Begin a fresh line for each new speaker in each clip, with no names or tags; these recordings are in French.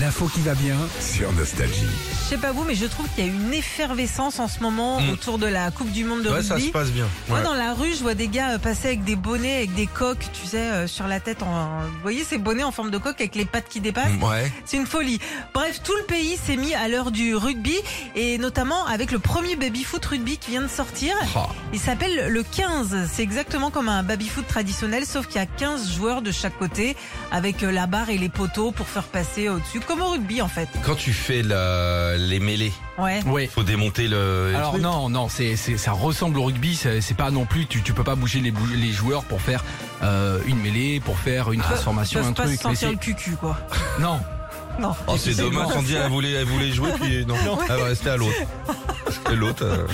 L'info qui va bien.
sur Nostalgie.
Je sais pas vous, mais je trouve qu'il y a une effervescence en ce moment
Mm.
autour de la Coupe du Monde de
Ouais,
rugby.
ça se passe bien.
Moi,
Ouais.
dans la rue, je vois des gars euh, passer avec des bonnets, avec des coques, tu sais, euh, sur la tête. En... Vous voyez ces bonnets en forme de coque avec les pattes qui dépassent
Ouais.
C'est une folie. Bref, tout le pays s'est mis à l'heure du rugby, et notamment avec le premier baby-foot rugby qui vient de sortir.
Ah.
Il s'appelle le 15. C'est exactement comme un baby-foot traditionnel, sauf qu'il y a 15 joueurs de chaque côté, avec euh, la barre et les poteaux pour faire passer au-dessus, comme au rugby en fait.
Quand tu fais la- les mêlées,
Ouais.
Oui.
faut démonter le. Oh,
Alors non, non, c'est, c'est- ça ressemble au rugby, c'est, c'est pas non plus, tu, tu peux pas bouger les, bou- les joueurs pour faire euh, une mêlée, pour faire une transformation,
Ils peuvent
un
pas
truc.
se
mais
sentir
c'est-
le cucu quoi.
Non,
Non.
Oh, c'est dommage, Sandy, elle voulait, elle voulait jouer, puis non, elle va rester à l'autre. Et l'autre. euh,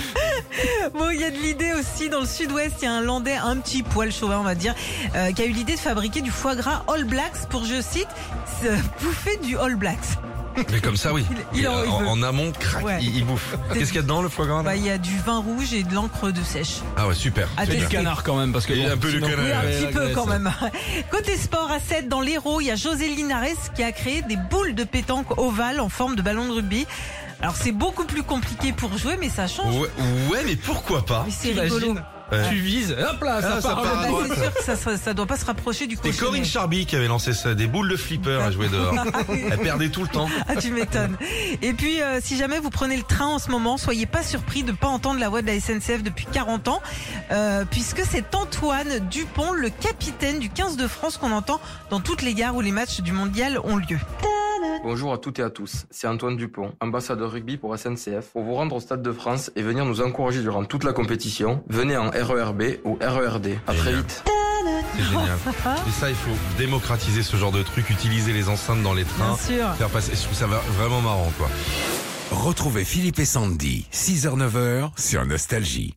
Bon, il y a de l'idée aussi dans le sud-ouest, il y a un Landais un petit poil chauvin, on va dire, euh, qui a eu l'idée de fabriquer du foie gras All Blacks pour, je cite, se bouffer du All Blacks.
Mais comme ça, oui.
Il- il en- il
en,
veut.
en amont, crac,
Ouais.
il, il bouffe. Qu'est-ce qu'il y a dedans, le foie gras là
Bah, il y a du vin rouge et de l'encre de sèche.
Ah ouais, super.
Ah,
C'est
c'est
t'es-
bien.
du canard quand même, parce que
Il y a
bon,
un peu du
sinon-
canard.
Oui,
Ouais,
un
ouais,
petit
la
peu
graisse,
quand
ouais.
même. Côté sport, à 7, dans l'Hérault, il y a José Linares qui a créé des boules de pétanque ovales en forme de ballon de rugby. Alors, c'est beaucoup plus compliqué pour jouer, mais ça change.
Ouais, ouais, mais pourquoi pas
Mais c'est rigolo.
T'imagines,
Ouais.
Tu vises, hop là, ça
Ah, ça part.
part.
Bah,
Pardon.
c'est sûr que ça, ça, ça doit pas se rapprocher du
C'était
crochet.
Corinne Charby qui avait lancé ça, des boules de flipper à jouer dehors. Elle perdait tout le temps.
Ah, tu m'étonnes. Et puis, euh, si jamais vous prenez le train en ce moment, soyez pas surpris de pas entendre la voix de la SNCF depuis 40 ans, euh, puisque c'est Antoine Dupont, le capitaine du 15 de France, qu'on entend dans toutes les gares où les matchs du mondial ont lieu.
Bonjour à toutes et à tous, c'est Antoine Dupont, ambassadeur rugby pour SNCF. Pour vous rendre au Stade de France et venir nous encourager durant toute la compétition, venez en RERB ou RERD. À très
Génial.
vite.
C'est génial. Et ça, il faut démocratiser ce genre de truc, utiliser les enceintes dans les
Bien
trains.
sûr.
Faire passer, je trouve ça va- vraiment marrant, quoi.
Retrouvez Philippe et Sandy, 6h-9h sur Nostalgie.